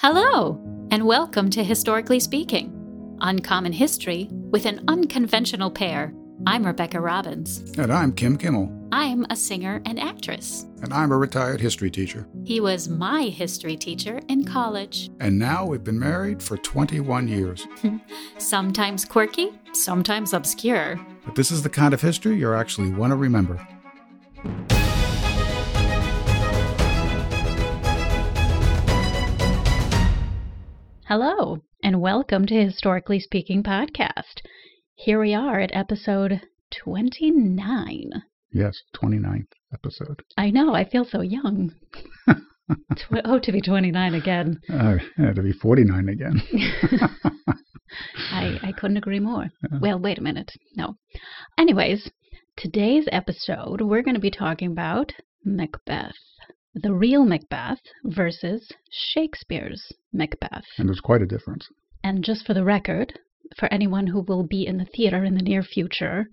Hello, and welcome to Historically Speaking Uncommon History with an Unconventional Pair. I'm Rebecca Robbins. And I'm Kim Kimmel, I'm a singer and actress. and I'm a retired history teacher. He was my history teacher in college, And now we've been married for 21 years. sometimes quirky, sometimes obscure. But this is the kind of history you'll actually want to remember. Hello, and welcome to Historically Speaking Podcast. Here we are at episode 29. Yes, 29th episode. I know, I feel so young. Tw- oh, to be 29 again. Uh, it'll be 49 again. I, I couldn't agree more. Well, wait a minute. No. Anyways, today's episode, we're going to be talking about Macbeth, the real Macbeth versus Shakespeare's Macbeth. And there's quite a difference. And just for the record, for anyone who will be in the theater in the near future,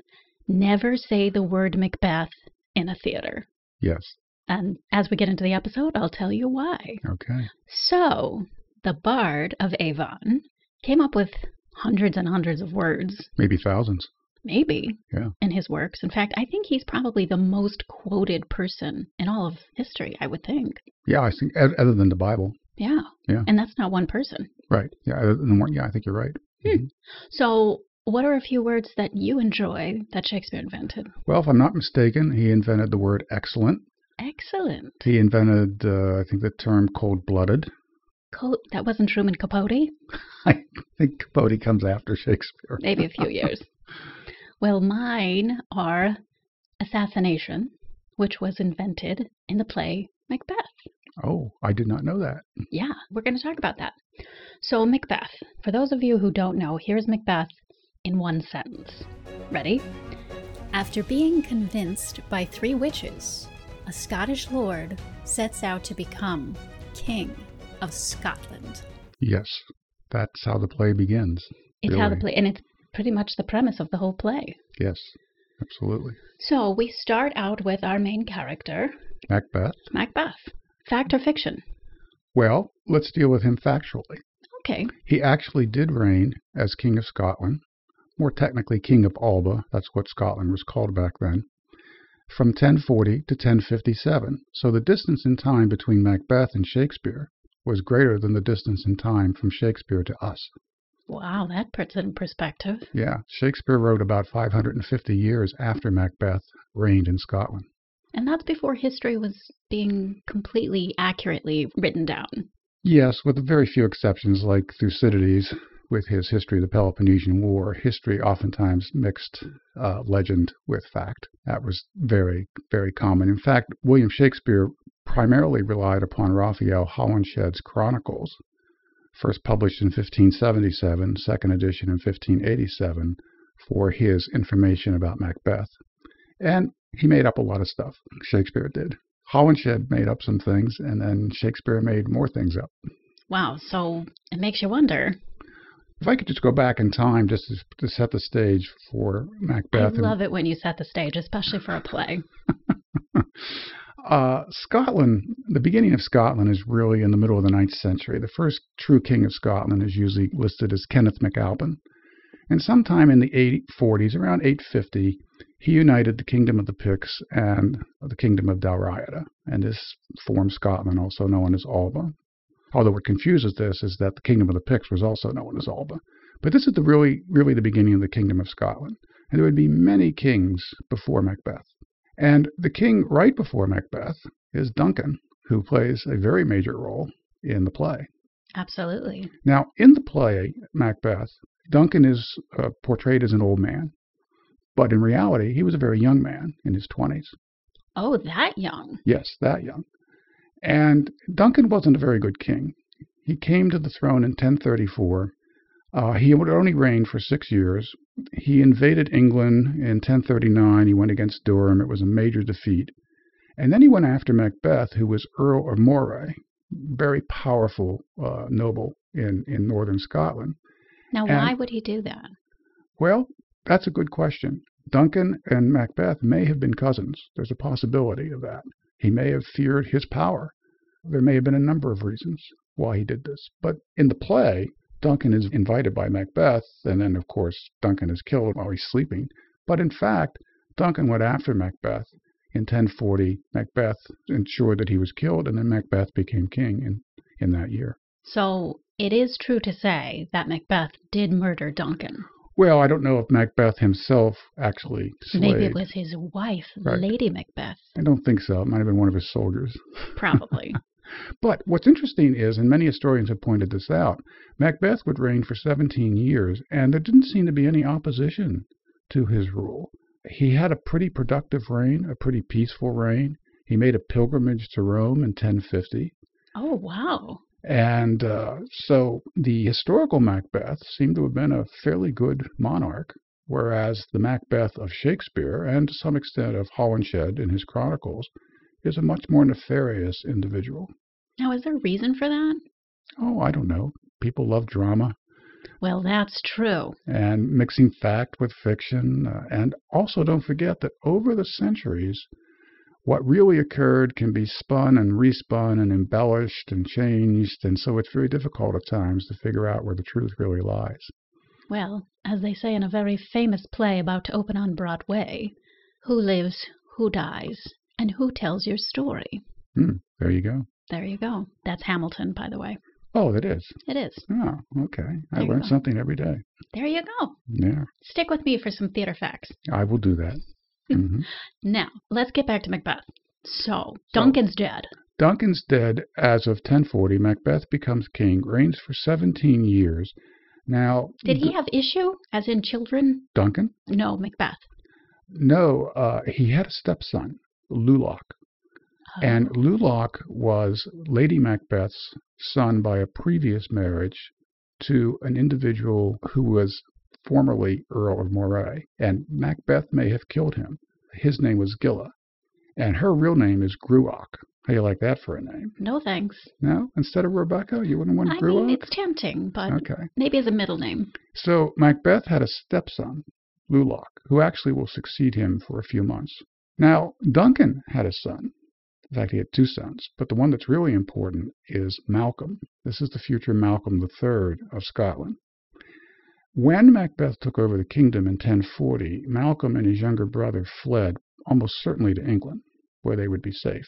never say the word Macbeth in a theater. Yes. And as we get into the episode, I'll tell you why. Okay. So, the Bard of Avon came up with hundreds and hundreds of words, Maybe thousands. maybe, Yeah. in his works. In fact, I think he's probably the most quoted person in all of history, I would think. Yeah, I think, oth- other than the Bible. Yeah. Yeah. And that's not one person. Right. Yeah, other than one. Yeah, I think you're right. Mhm. So, what are a few words that you enjoy that Shakespeare invented? Well, if I'm not mistaken, he invented the word excellent. Excellent. He invented, uh, I think, the term cold blooded. Cool. That wasn't Truman Capote? I think Capote comes after Shakespeare. Maybe a few years. Well, mine are assassination, which was invented in the play Macbeth. Oh, I did not know that. Yeah, we're going to talk about that. So, Macbeth, for those of you who don't know, here's Macbeth in one sentence. Ready? After being convinced by three witches, a Scottish lord sets out to become King of Scotland. Yes, that's how the play begins. It's how the Really? play, and it's pretty much the premise of the whole play. Yes, absolutely. So, we start out with our main character, Macbeth. Macbeth. Fact or fiction? Well, let's deal with him factually. Okay. He actually did reign as King of Scotland, more technically King of Alba. That's what Scotland was called back then. From 1040 to 1057. So the distance in time between Macbeth and Shakespeare was greater than the distance in time from Shakespeare to us. Wow, that puts it in perspective. Yeah, Shakespeare wrote about 550 years after Macbeth reigned in Scotland. And that's before history was being completely accurately written down. Yes, with very few exceptions, like Thucydides with his History of the Peloponnesian War. History oftentimes mixed uh, legend with fact. That was very, very common. In fact, William Shakespeare primarily relied upon Raphael Holinshed's Chronicles, first published in 1577, second edition in 1587, for his information about Macbeth. And he made up a lot of stuff. Shakespeare did. Holinshed made up some things, and then Shakespeare made more things up. Wow, so it makes you wonder. If I could just go back in time just to, to set the stage for Macbeth. I love it when you set the stage, especially for a play. uh, Scotland, the beginning of Scotland is really in the middle of the ninth century. The first true king of Scotland is usually listed as Kenneth MacAlpin. And sometime in the 840s, around 850, he united the kingdom of the Picts and the kingdom of Dalriada. And this formed Scotland, also known as Alba. Although what confuses this is that the kingdom of the Picts was also known as Alba. But this is the really, really the beginning of the kingdom of Scotland. And there would be many kings before Macbeth. And the king right before Macbeth is Duncan, who plays a very major role in the play. Absolutely. Now, in the play Macbeth, Duncan is uh, portrayed as an old man, but in reality, he was a very young man in his 20s. Oh, that young. Yes, that young. And Duncan wasn't a very good king. He came to the throne in 1034. Uh, he would only reign for six years. He invaded England in 1039. He went against Durham. It was a major defeat. And then he went after Macbeth, who was Earl of Moray, very powerful uh, noble in, in northern Scotland. Now, And- why would he do that? Well, that's a good question. Duncan and Macbeth may have been cousins. There's a possibility of that. He may have feared his power. There may have been a number of reasons why he did this. But in the play, Duncan is invited by Macbeth, and then, of course, Duncan is killed while he's sleeping. But in fact, Duncan went after Macbeth. In 1040, Macbeth ensured that he was killed, and then Macbeth became king in, in that year. So it is true to say that Macbeth did murder Duncan. Well, I don't know if Macbeth himself actually slayed. Maybe it was his wife, Right. Lady Macbeth, I don't think so. It might have been one of his soldiers. probably. But what's interesting is, and many historians have pointed this out, Macbeth would reign for 17 years, and there didn't seem to be any opposition to his rule. He had a pretty productive reign, a pretty peaceful reign. He made a pilgrimage to Rome in 1050. oh, wow. And uh, so the historical Macbeth seemed to have been a fairly good monarch, whereas the Macbeth of Shakespeare, and to some extent of Holinshed in his chronicles, is a much more nefarious individual. Now, is there a reason for that? Oh, I don't know. People love drama Well, that's true. and mixing fact with fiction. uh, and also, don't forget that over the centuries, what really occurred can be spun and respun and embellished and changed. And so, it's very difficult at times to figure out where the truth really lies. Well, as they say in a very famous play about to open on Broadway, who lives, who dies, and who tells your story? Hmm, there you go. There you go. That's Hamilton, by the way. Oh, it is. It is. Oh, okay. I There you learn go. something every day. There you go. Yeah, Stick with me for some theater facts. I will do that. hmm Now, let's get back to Macbeth. So, Duncan's dead. Duncan's dead as of 1040. Macbeth becomes king, reigns for 17 years. Now, Did he have issue, as in children? Duncan? No, Macbeth. No, uh, he had a stepson, Luloch. Oh. And Luloch was Lady Macbeth's son by a previous marriage to an individual who was formerly Earl of Moray. And Macbeth may have killed him. His name was Gilla. And her real name is Gruach. How you like that for a name? No thanks. No? Instead of Rebecca, you wouldn't want I mean, Gruach? it's tempting, but Okay. maybe as a middle name. So Macbeth had a stepson, Luloch, who actually will succeed him for a few months. Now, Duncan had a son. In fact, he had two sons, but the one that's really important is Malcolm. This is the future Malcolm III of Scotland. When Macbeth took over the kingdom in 1040, Malcolm and his younger brother fled almost certainly to England, where they would be safe.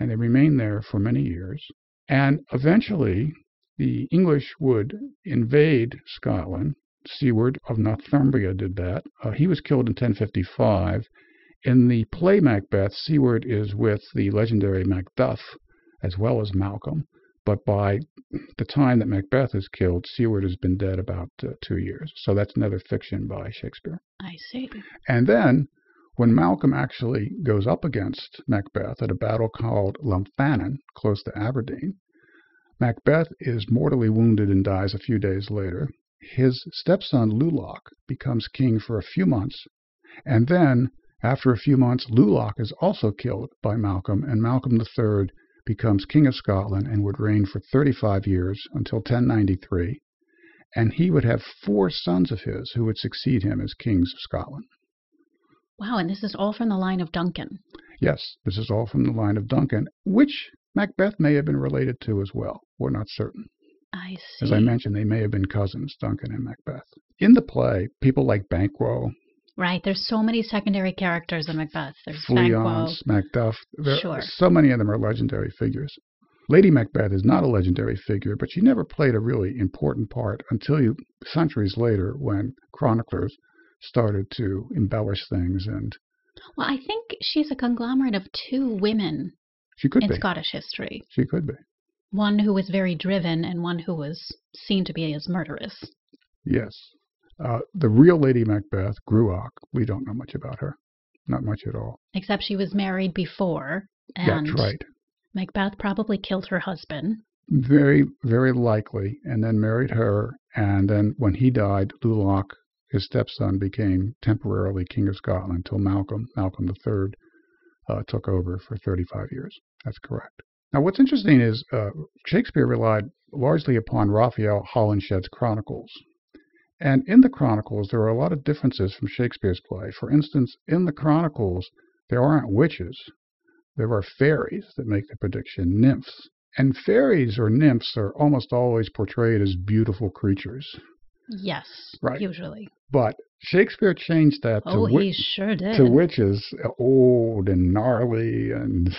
And they remained there for many years. And eventually, the English would invade Scotland. Seward of Northumbria did that. Uh, he was killed in 1055. In the play Macbeth, Seward is with the legendary Macduff as well as Malcolm. But by the time that Macbeth is killed, Seward has been dead about uh, two years. So that's another fiction by Shakespeare. I see. And then, when Malcolm actually goes up against Macbeth at a battle called Lumphanan, close to Aberdeen, Macbeth is mortally wounded and dies a few days later. His stepson Luloch becomes king for a few months, and then, after a few months, Luloch is also killed by Malcolm, and Malcolm III becomes king of Scotland and would reign for 35 years until 1093, and he would have four sons of his who would succeed him as kings of Scotland. Wow, and this is all from the line of Duncan. Yes, this is all from the line of Duncan, which Macbeth may have been related to as well. We're not certain. I see. As I mentioned, they may have been cousins, Duncan and Macbeth. In the play, people like Banquo, Right, there's so many secondary characters in Macbeth. There's Banquo. Fleance, Macduff, there, Sure. so many of them are legendary figures. Lady Macbeth is not a legendary figure, but she never played a really important part until you, centuries later when chroniclers started to embellish things, and Well, I think she's a conglomerate of two women she could in be. Scottish history. She could be. One who was very driven and one who was seen to be as murderous. Yes. Uh, the real Lady Macbeth, Gruach, we don't know much about her. Not much at all. Except she was married before and That's right. Macbeth probably killed her husband. Very, very likely. And then married her. And then when he died, Luloch, his stepson, became temporarily King of Scotland until Malcolm, Malcolm III, uh, took over for 35 years. That's correct. Now, what's interesting is uh, Shakespeare relied largely upon Raphael Holinshed's Chronicles. And in the Chronicles, there are a lot of differences from Shakespeare's play. For instance, in the Chronicles, there aren't witches, there are fairies that make the prediction, nymphs. And fairies or nymphs are almost always portrayed as beautiful creatures. Yes, Right. usually. But Shakespeare changed that to, Oh, wi- he sure did. to witches, old and gnarly and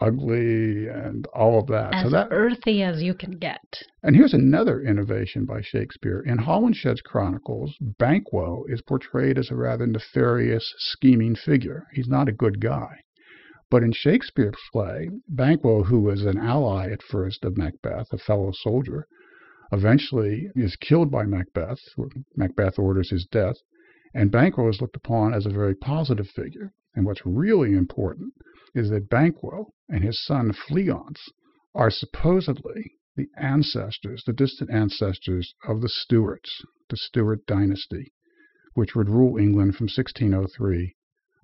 ugly and all of that. as so that earthy as you can get. And here's another innovation by Shakespeare. In Holinshed's Chronicles, Banquo is portrayed as a rather nefarious, scheming figure. He's not a good guy. But in Shakespeare's play, Banquo, who was an ally at first of Macbeth, a fellow soldier, eventually is killed by Macbeth. or Macbeth orders his death, and Banquo is looked upon as a very positive figure. And what's really important is that Banquo and his son Fleance are supposedly the ancestors, the distant ancestors of the Stuarts, the Stuart dynasty, which would rule England from 1603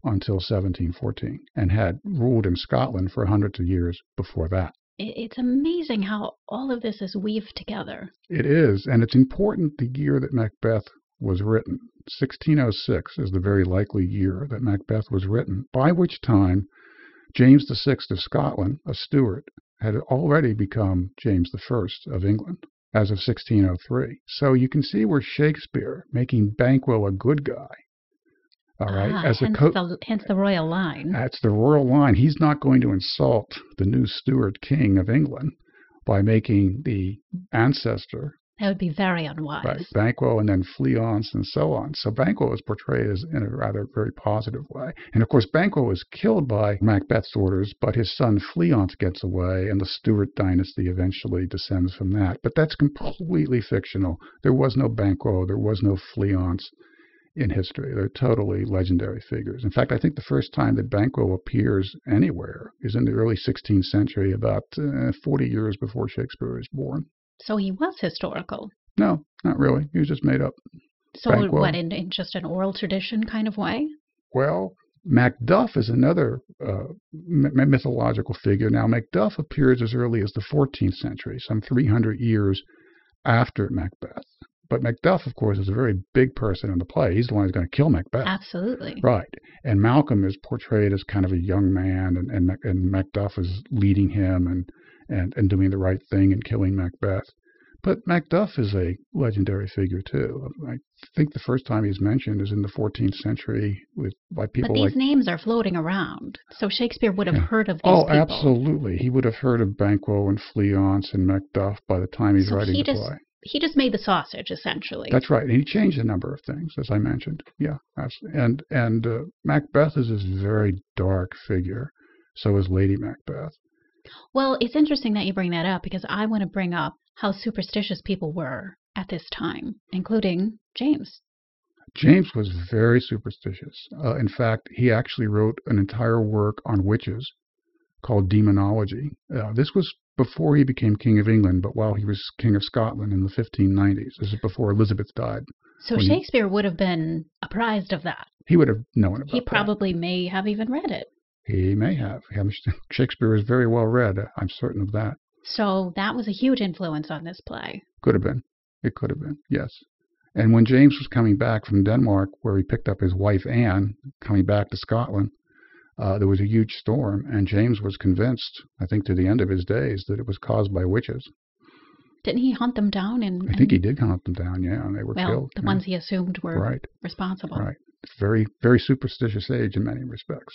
until 1714 and had ruled in Scotland for hundreds of years before that. I- It's amazing how all of this is weaved together. It is, and it's important the year that Macbeth was written. 1606 is the very likely year that Macbeth was written, by which time James VI of Scotland, a Stuart, had already become James I of England as of 1603. So you can see where Shakespeare making Banquo a good guy, all right, Ah, as a hence, co- the, hence the royal line. that's the royal line. He's not going to insult the new Stuart king of England by making the ancestor that would be very Right, unwise. Banquo and then Fleance and so on. So Banquo is portrayed as in a rather very positive way. And of course, Banquo is killed by Macbeth's orders, but his son Fleance gets away, and the Stuart dynasty eventually descends from that. But that's completely fictional. There was no Banquo, there was no Fleance in history. They're totally legendary figures. In fact, I think the first time that Banquo appears anywhere is in the early 16th century, about uh, 40 years before Shakespeare is born. So he was historical. No, not really. He was just made up. So Banquo. what in, in just an oral tradition kind of way? Well, Macduff is another uh, m- m- mythological figure. Now, Macduff appears as early as the 14th century, some 300 years after Macbeth. But Macduff, of course, is a very big person in the play. He's the one who's going to kill Macbeth. Absolutely. Right. And Malcolm is portrayed as kind of a young man, and, and, Mac- and Macduff is leading him and, and, and doing the right thing and killing Macbeth. But Macduff is a legendary figure, too. I think the first time he's mentioned is in the 14th century with by But people these like. names are floating around. So Shakespeare would have Yeah. heard of these Oh, people. absolutely. He would have heard of Banquo and Fleance and Macduff by the time he's So writing he the just play. he just made the sausage essentially. That's right. And he changed a number of things, as I mentioned. Yeah, absolutely. And and uh, Macbeth is this very dark figure. So is Lady Macbeth. well, it's interesting that you bring that up because I want to bring up how superstitious people were at this time, including James. James was very superstitious. Uh, in fact, he actually wrote an entire work on witches called Demonology. Uh, this was before he became King of England, but while he was King of Scotland in the 1590s. This is before Elizabeth died. So Well, you- Shakespeare would have been apprised of that. He would have known about He that. probably may have even read it. He may have. Shakespeare is very well read. Uh, I'm certain of that. So that was a huge influence on this play. Could have been. It could have been. Yes. And when James was coming back from Denmark, where he picked up his wife Anne, coming back to Scotland, uh, there was a huge storm, and James was convinced, I think, to the end of his days, that it was caused by witches. Didn't he hunt them down and, I think he and- did hunt them down. Yeah, and they were Mm-hmm. well, killed. the yeah. ones he assumed were Right. responsible. Right. Very, very superstitious age in many respects.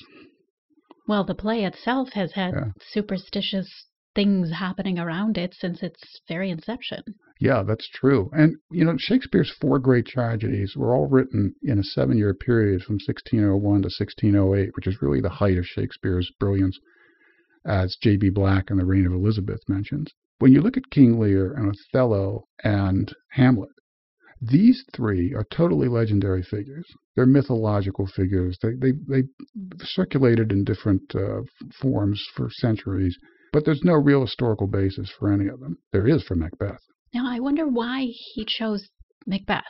Well, the play itself has had Yeah. superstitious things happening around it since its very inception. Yeah, that's true. And, you know, Shakespeare's four great tragedies were all written in a seven year period from 1601 to 1608, which is really the height of Shakespeare's brilliance, as J.B. Black and the Reign of Elizabeth mentions. When you look at King Lear and Othello and Hamlet, these three are totally legendary figures. They're mythological figures. They, they, they circulated in different uh, f- forms for centuries, but there's no real historical basis for any of them. There is for Macbeth. Now, I wonder why he chose Macbeth.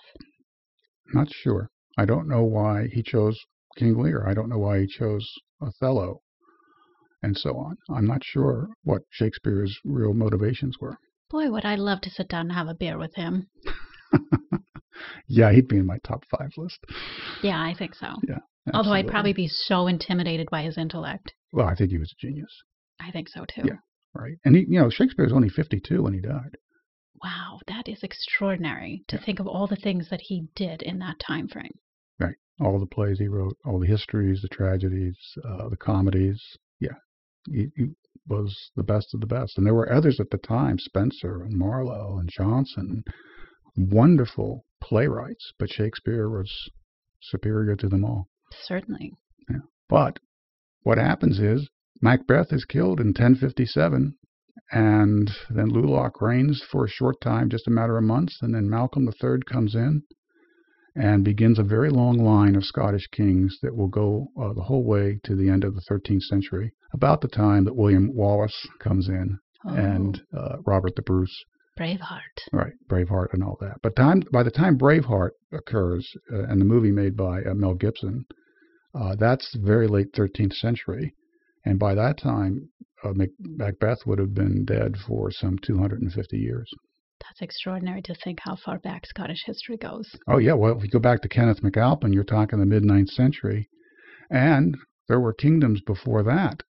Not sure. I don't know why he chose King Lear. I don't know why he chose Othello and so on. I'm not sure what Shakespeare's real motivations were. Boy, would I love to sit down and have a beer with him. yeah, he'd be in my top five list. Yeah, I think so. Yeah. Although I'd absolutely. probably be so intimidated by his intellect. Well, I think he was a genius, I think so too. Yeah. right? And he, you know, Shakespeare was only 52 when he died. Wow, that is extraordinary to think of all the things that he did in that time frame. All the plays he wrote, all the histories, the tragedies, uh, the comedies. Yeah, he, he was the best of the best. And there were others at the time, Spencer and Marlowe and Johnson, wonderful playwrights, but Shakespeare was superior to them all. Certainly. But what happens is Macbeth is killed in 1057, and then Luloch reigns for a short time, just a matter of months, and then Malcolm III comes in and begins a very long line of Scottish kings that will go uh, the whole way to the end of the 13th century, about the time that William Wallace comes in Oh, and uh, Robert the Bruce. Braveheart. Right, Braveheart and all that. But time by the time Braveheart occurs uh, and the movie made by uh, Mel Gibson, uh, that's very late 13th century, and by that time uh, Mac- Macbeth would have been dead for some 250 years. That's extraordinary to think how far back Scottish history goes. Oh yeah, well if you go back to Kenneth MacAlpin, you're talking the mid 9th century, and there were kingdoms before that,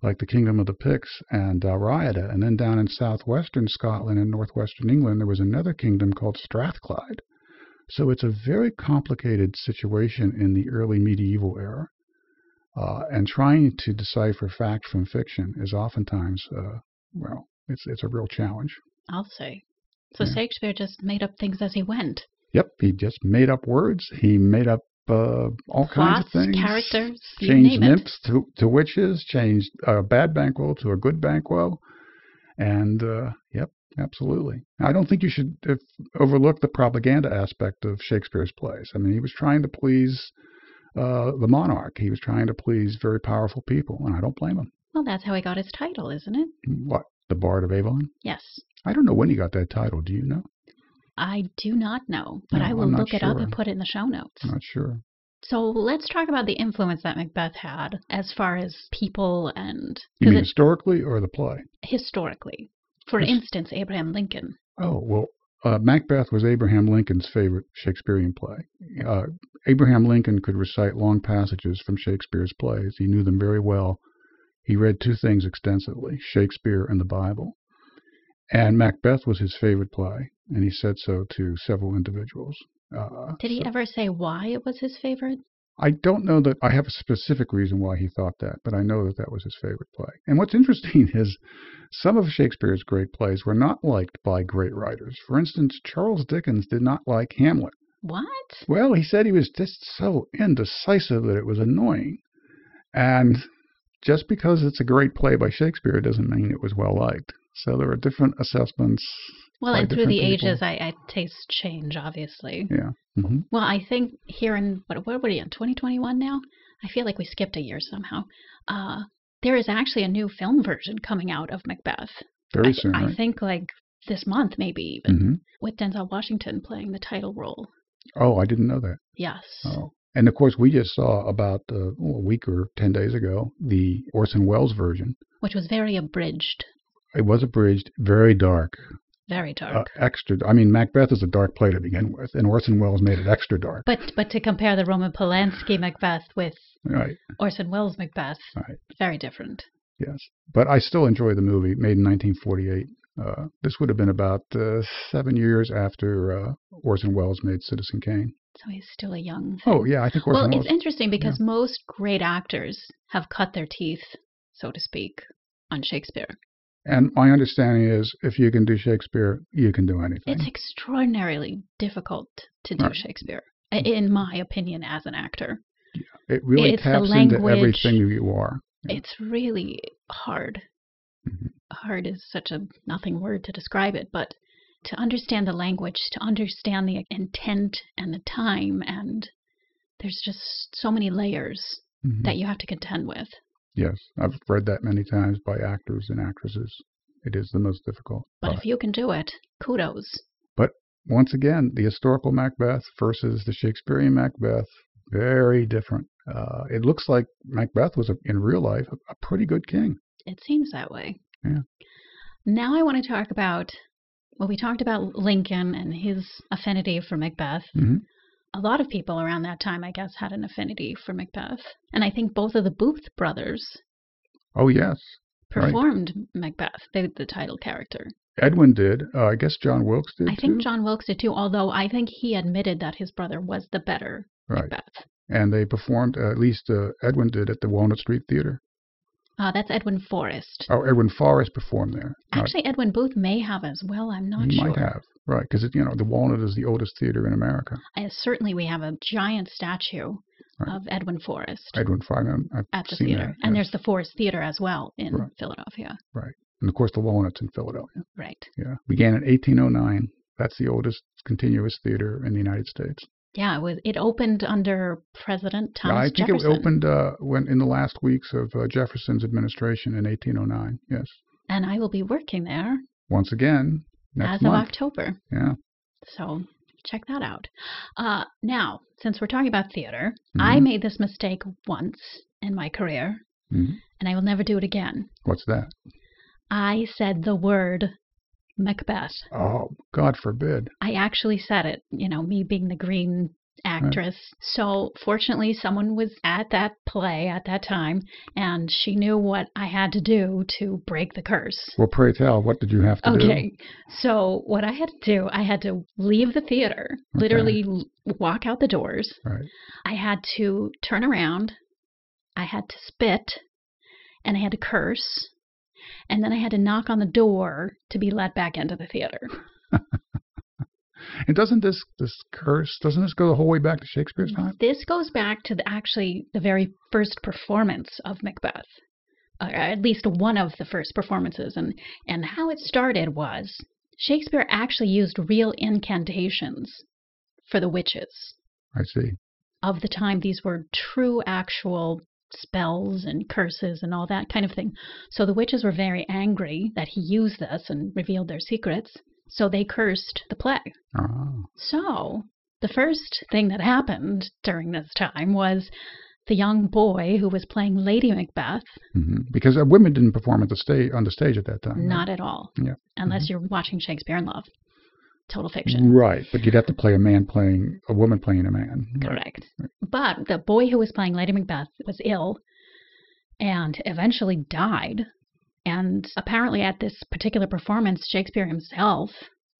like the kingdom of the Picts and Dalriada, and then down in southwestern Scotland and northwestern England there was another kingdom called Strathclyde. So it's a very complicated situation in the early medieval era, uh, and trying to decipher fact from fiction is oftentimes, uh, well, it's it's a real challenge. I'll say. So Yeah. Shakespeare just made up things as he went. Yep, he just made up words. He made up uh, all kinds of Plots, things. characters, you changed name it. nymphs to, to witches, changed a bad Banquo to a good Banquo. And uh, yep, absolutely. I don't think you should if, overlook the propaganda aspect of Shakespeare's plays. I mean, he was trying to please uh, the monarch, he was trying to please very powerful people, and I don't blame him. Well, that's how he got his title, isn't it? What? The Bard of Avon? Yes. I don't know when he got that title. Do you know? I do not know, but No, I I'm will not look it up and sure. put it in the show notes. I'm not sure. So let's talk about the influence that Macbeth had as far as people and You mean because historically or the play? it, historically. For Yes. instance, Abraham Lincoln. Oh, well, uh, Macbeth was Abraham Lincoln's favorite Shakespearean play. Uh, Abraham Lincoln could recite long passages from Shakespeare's plays. He knew them very well. He read two things extensively Shakespeare and the Bible. And Macbeth was his favorite play, and he said so to several individuals. Uh, Did he so- ever say why it was his favorite? I don't know that I have a specific reason why he thought that, but I know that that was his favorite play. And what's interesting is some of Shakespeare's great plays were not liked by great writers. For instance, Charles Dickens did not like Hamlet. What? Well, he said he was just so indecisive that it was annoying. And just because it's a great play by Shakespeare doesn't mean it was well liked. So there are different assessments. Well, by and through different the people. ages, I, I taste change, obviously. Yeah. hmm Well, I think here in what what are we in 2021 now? I feel like we skipped a year somehow. Uh, there is actually a new film version coming out of Macbeth. Very I, soon. I right? think like this month, maybe even hmm with Denzel Washington playing the title role. Oh, I didn't know that. Yes. Oh. And of course, we just saw about uh, a week or 10 days ago the Orson Welles version. Which was very abridged, It was abridged, very dark, very uh, dark. extra. I mean, Macbeth is a dark play to begin with, and Orson Welles made it extra dark. but but to compare the Roman Polanski Macbeth with Right, Orson Welles Macbeth, Right. very different. yes. But I still enjoy the movie, made in 1948. Uh, this would have been about uh, seven years after uh, Orson Welles made Citizen Kane. So he's still a young. Oh, yeah, I think Well, Orson it's Welles. interesting because most great actors have cut their teeth, so to speak, on Shakespeare. and my understanding is if you can do Shakespeare, you can do anything. It's extraordinarily difficult to do Right. Mm. Shakespeare, i- in my opinion, as an actor. it really it's the taps into language. everything you are. Yeah. It's really hard. Mhm. Hard is such a nothing word to describe it, but to understand the language, to understand the intent and the time, and there's just so many layers Mhm. that you have to contend with. Yes, I've read that many times by actors and actresses. It is the most difficult. But But if you can do it, kudos. once again, the historical Macbeth versus the Shakespearean Macbeth, very different. Uh, it looks like Macbeth was, a, in real life, a, a pretty good king. It seems that way. Yeah. Now I want to talk about Well, we talked about Lincoln and his affinity for Macbeth. Mhm. A lot of people around that time, I guess, had an affinity for Macbeth. And I think both of the Booth brothers Oh, yes. Right. performed Macbeth, the, the title character. Edwin did. Uh, I guess John Wilkes did. I think too? John Wilkes did too, although I think he admitted that his brother was the better Right. Macbeth. And they performed, uh, at least uh, Edwin did, at the Walnut Street Theater. Uh, that's Edwin Forrest. Oh, Edwin Forrest performed there. Not- Actually, Edwin Booth may have as well. I'm not he sure. might have. Right. Because, you know, the Walnut is the oldest theater in America. Uh, certainly, we have a giant statue Right. of Edwin Forrest Edwin Forrest. I've at the seen theater. that. And yes. there's the Forrest Theater as well in Right. Philadelphia. and, of course, the Walnuts in Philadelphia. Right. Yeah. Began in 1809. That's the oldest continuous theater in the United States. Yeah, it was. It opened under President Yeah, Thomas I think Jefferson, it opened uh, when in the last weeks of uh, Jefferson's administration in 1809. Yes. and I will be working there Once again, next as of month. October. yeah. So check that out. Uh, now, since we're talking about theater, I Mhm. made this mistake once in my career, Mhm. and I will never do it again. What's that? I said the word Macbeth. Oh, God forbid. I actually said it, you know, me being the green actress. So, fortunately, someone was at that play at that time and she knew what I had to do to break the curse. Well, pray tell, what did you have to do? Okay. So, what I had to do, I had to leave the theater, Okay. literally l- walk out the doors. Right. I had to turn around, I had to spit, and I had to curse. And then I had to knock on the door to be let back into the theater. And doesn't this this curse doesn't this go the whole way back to Shakespeare's Mm. time? This goes back to the, actually the very first performance of Macbeth, or at least one of the first performances. And, and how it started was Shakespeare actually used real incantations for the witches. I see. Of the time, these were true, actual spells and curses and all that kind of thing. So the witches were very angry that he used this and revealed their secrets. So they cursed the play. Oh, So, the first thing that happened during this time was the young boy who was playing Lady Macbeth, hmm because uh, women didn't perform at the stage on the stage at that time. right? not at all, Mm-hmm. Yeah. unless you're watching Shakespeare in Love, total fiction. Right, but you'd have to play a man playing a woman playing a man. Correct. But the boy who was playing Lady Macbeth was ill and eventually died. And apparently, at this particular performance, Shakespeare himself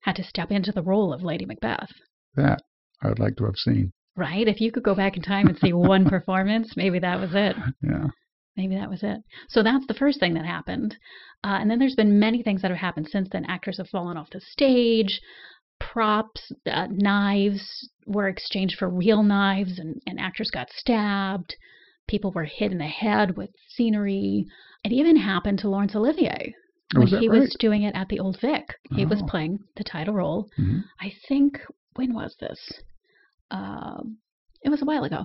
had to step into the role of Lady Macbeth. That I would like to have seen. Right? If you could go back in time and see one performance, maybe that was it. Yeah. Maybe that was it. So that's the first thing that happened. Uh, and then there's been many things that have happened since then. Actors have fallen off the stage, props, uh, knives were exchanged for real knives, and, and actors got stabbed. People were hit in the head with scenery. It even happened to Laurence Olivier Oh, when is that he right? was doing it at the Old Vic. He was Oh. playing the title role. Mhm. I think, when was this? Um it was a while ago.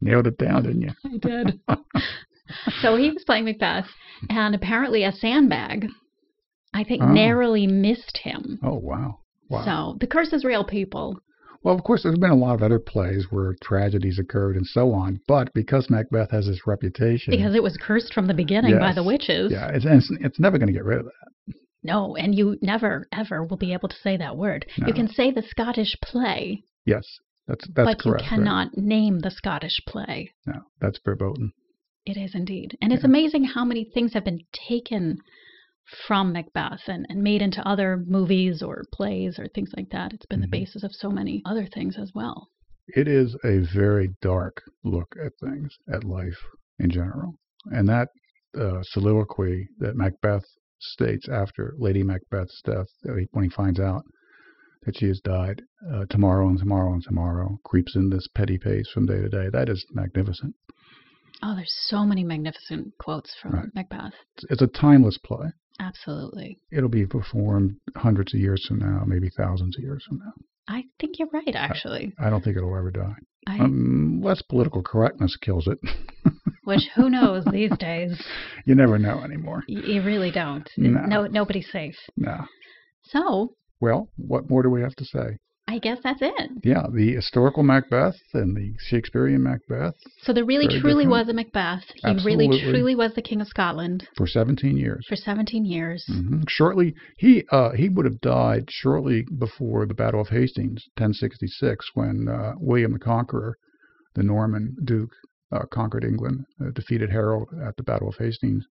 Nailed it down, didn't you? I did. so he was playing Macbeth, and apparently a sandbag, I think, Oh. narrowly missed him. Oh wow. Wow. So the curse is real, people. Well, of course, there's been a lot of other plays where tragedies occurred and so on, but because Macbeth has this reputation, Because it was cursed from the beginning by the Yes. witches. yeah, it's, and it's it's never going to get rid of that. No, and you never, ever will be able to say that word. You No. can say the Scottish play, Yes, that's that's but correct. you right? cannot name the Scottish play. No, that's verboten. It is indeed. And it's amazing how many things have been taken from Macbeth and, and made into other movies or plays or things like that. It's been Mhm. the basis of so many other things as well. It is a very dark look at things, at life in general, and that uh, soliloquy that Macbeth states after Lady Macbeth's death, uh, when he finds out that she has died, uh, tomorrow and tomorrow and tomorrow creeps in this petty pace from day to day. That is magnificent. Oh, there's so many magnificent quotes from Right. Macbeth. It's a timeless play. Absolutely. it'll be performed hundreds of years from now, maybe thousands of years from now. I think you're Uh, right, actually. I don't think it'll ever die. I, um, Unless political correctness kills it. which who knows these days? you never know anymore. You, you really don't. No. No, nobody's safe. No. So Well, what more do we have to say? I guess that's it. Yeah, the historical Macbeth and the Shakespearean Macbeth So there really Very truly different. was a Macbeth. He really Absolutely. truly was the King of Scotland for 17 years. for 17 years. hmm Shortly, he uh, he would have died shortly before the Battle of Hastings, 1066, when uh, William the Conqueror, the Norman Duke, uh, conquered England, uh, defeated Harold at the Battle of Hastings.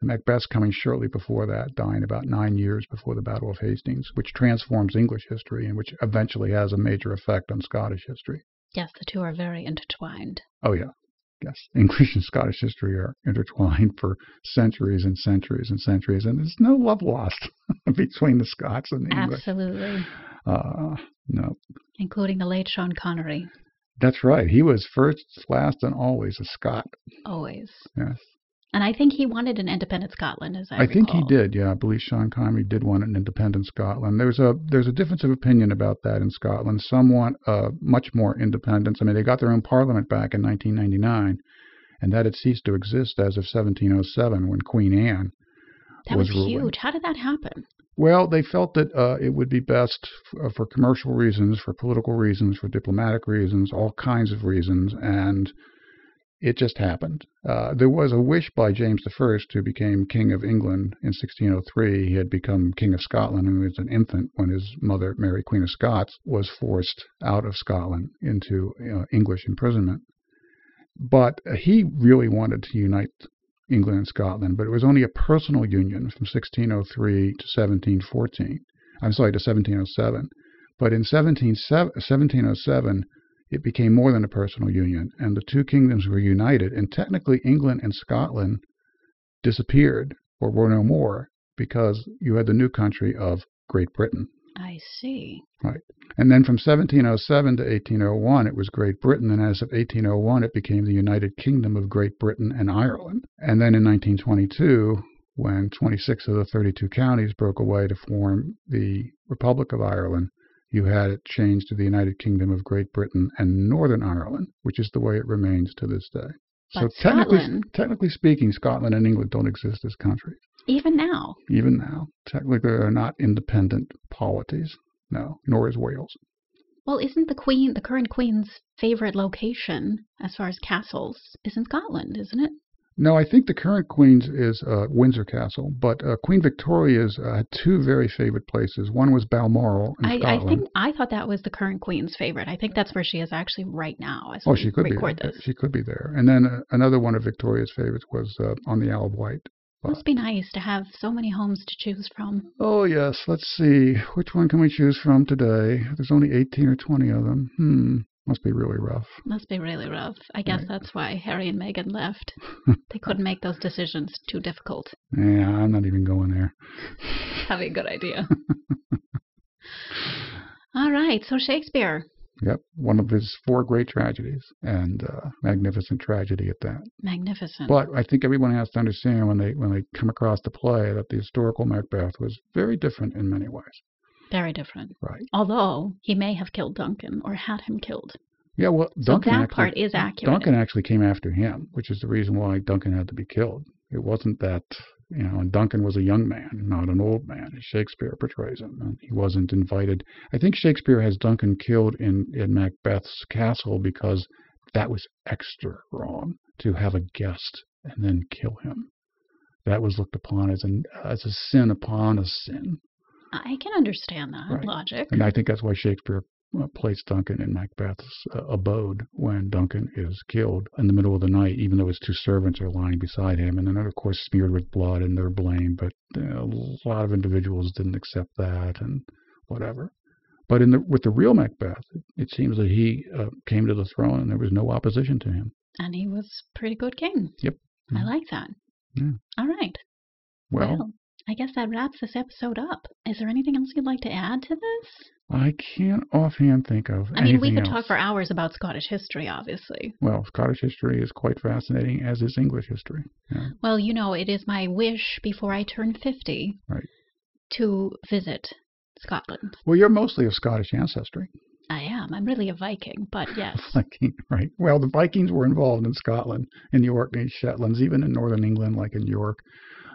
And Macbeth's coming shortly before that, dying about nine years before the Battle of Hastings, which transforms English history and which eventually has a major effect on Scottish history. Yes, the two are very intertwined. Oh yeah, yes. English and Scottish history are intertwined for centuries and centuries and centuries, and there's no love lost between the Scots and the English. Absolutely. Uh, no, Including the late Sean Connery. that's right. He was first, last, and always a Scot. Always. Yes, And I think he wanted an independent Scotland, as I I, think he recall. did. Yeah, I believe Sean Connery did want an independent Scotland. There's a there's a difference of opinion about that in Scotland. Some want uh, much more independence. I mean, they got their own parliament back in 1999, and that had ceased to exist as of 1707 when Queen Anne. That was, was ruling. huge. How did that happen? Well, they felt that uh, it would be best f- uh, for commercial reasons, for political reasons, for diplomatic reasons, all kinds of reasons, and it just happened. Uh, there was a wish by James I, who became King of England in 1603. He had become King of Scotland and was an infant when his mother, Mary Queen of Scots, was forced out of Scotland into uh, English imprisonment. But uh, he really wanted to unite England and Scotland, but it was only a personal union from 1603 to 1714. I'm sorry, to 1707. But in 17, 1707, it became more than a personal union, and the two kingdoms were united, and technically England and Scotland disappeared or were no more because you had the new country of Great Britain. I see. And then from 1707 to 1801, it was Great Britain, and as of 1801, it became the United Kingdom of Great Britain and Ireland. And then in 1922, when 26 of the 32 counties broke away to form the Republic of Ireland, you had it changed to the United Kingdom of Great Britain and Northern Ireland, which is the way it remains to this day. But so technically, Scotland- technically speaking, Scotland and England don't exist as countries Even now. even now. Technically, they're not independent polities. No, nor is Wales. Well, isn't the queen, the current queen's favorite location as far as castles, is in Scotland, isn't it? No, I think the current Queen's is uh, Windsor Castle, but uh, Queen Victoria's uh, had two very favorite places. One was Balmoral in I, I Scotland. think I thought that was the current queen's favorite. I think that's where she is actually right now as oh, we she could be record there. this. She could be there. And then uh, another one of Victoria's favorites was uh, on the Isle of Wight. Must be nice to have so many homes to choose from. Oh yes, let's see. Which one can we choose from today? There's only 18 or 20 of them. Hmm, must be really rough. Must be really rough. I guess Right. that's why Harry and Meghan left. they couldn't make those decisions too difficult. Yeah, I'm not even going there. Probably a good idea. All right, so Shakespeare, Yep, one of his four great tragedies, and uh, magnificent tragedy at that. magnificent. But I think everyone has to understand when they when they come across the play that the historical Macbeth was very different in many ways. Very different. Right. Although he may have killed Duncan or had him killed. Yeah. Well, Duncan that actually, part is accurate. Duncan actually came after him, which is the reason why Duncan had to be killed. It wasn't that you know, and Duncan was a young man, not an old man. as Shakespeare portrays him, and he wasn't invited. I think Shakespeare has Duncan killed in in Macbeth's castle because that was extra wrong to have a guest and then kill him. That was looked upon as an as a sin upon a sin. I can understand that Right. logic. And I think that's why Shakespeare uh, placed Duncan in Macbeth's uh, abode when Duncan is killed in the middle of the night, even though his two servants are lying beside him. And then, of course, smeared with blood and they're blamed. But uh, a lot of individuals didn't accept that and whatever. But in the, with the real Macbeth, it seems that he uh, came to the throne and there was no opposition to him. And he was pretty good king. Yep. I Mhm. like that. Yeah. All right. Well, I guess that wraps this episode up. Is there anything else you'd like to add to this? I can't offhand think of I mean, we anything could talk else. for hours about Scottish history, obviously. Well, Scottish history is quite fascinating, as is English history. Yeah. Well, you know, it is my wish before I turn 50 Right. to visit Scotland. Well, you're mostly of Scottish ancestry. I am. I'm really a Viking, but yes. Viking, right? Well, the Vikings were involved in Scotland, in the Orkneys, Shetlands, even in northern England, like in York.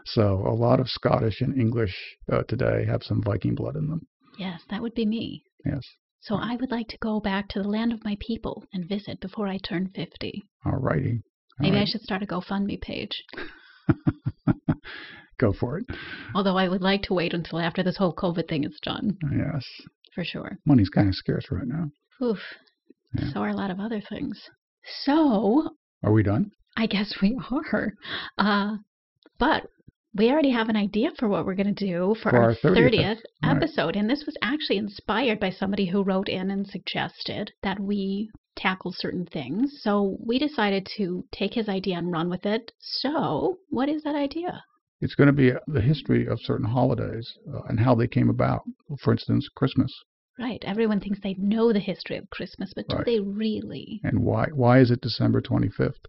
So a lot of Scottish and English uh, today have some Viking blood in them. yes, that would be me. Yes. So I would like to go back to the land of my people and visit before I turn 50. All righty. All Maybe I right. should start a GoFundMe page. Go for it. Although I would like to wait until after this whole COVID thing is done, Yes. for sure. Money's kind of scarce right now. Oof. Yeah. So are a lot of other things. So Are we done? I guess we are. Uh, but we already have an idea for what we're going to do for, For our our 30th 30th right. episode. And this was actually inspired by somebody who wrote in and suggested that we tackle certain things. So we decided to take his idea and run with it. So, what is that idea? It's going to be uh, the history of certain holidays uh, and how they came about. For instance, Christmas Right. Everyone thinks they know the history of Christmas, but do Right. they really? and why why is it December 25th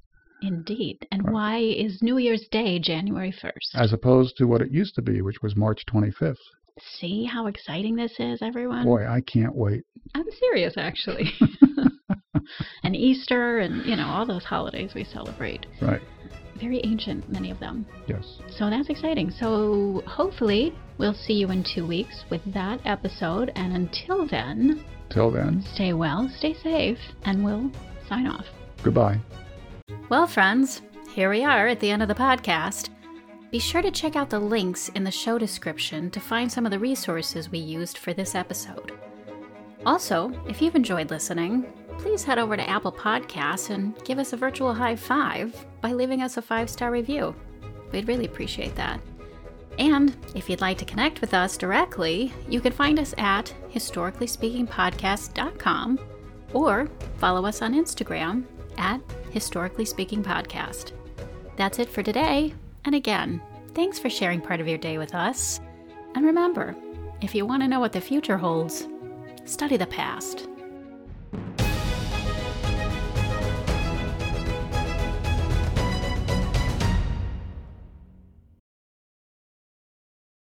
Indeed. And Right. why is New Year's Day January 1st? as opposed to what it used to be, which was March 25th. See how exciting this is, everyone? Boy, I can't wait. I'm serious, actually. and Easter and, you know, all those holidays we celebrate. Right. Very ancient, many of them. Yes. So that's exciting. So hopefully we'll see you in two weeks with that episode. And until then, Till then, stay well, stay safe, and we'll sign off. goodbye. Well, friends, here we are at the end of the podcast. Be sure to check out the links in the show description to find some of the resources we used for this episode. Also, if you've enjoyed listening, please head over to Apple Podcasts and give us a virtual high five by leaving us a five star review. We'd really appreciate that. And if you'd like to connect with us directly, you can find us at historicallyspeakingpodcast.com or follow us on Instagram at Historically Speaking Podcast. That's it for today. And again, thanks for sharing part of your day with us. And remember, if you want to know what the future holds, study the past.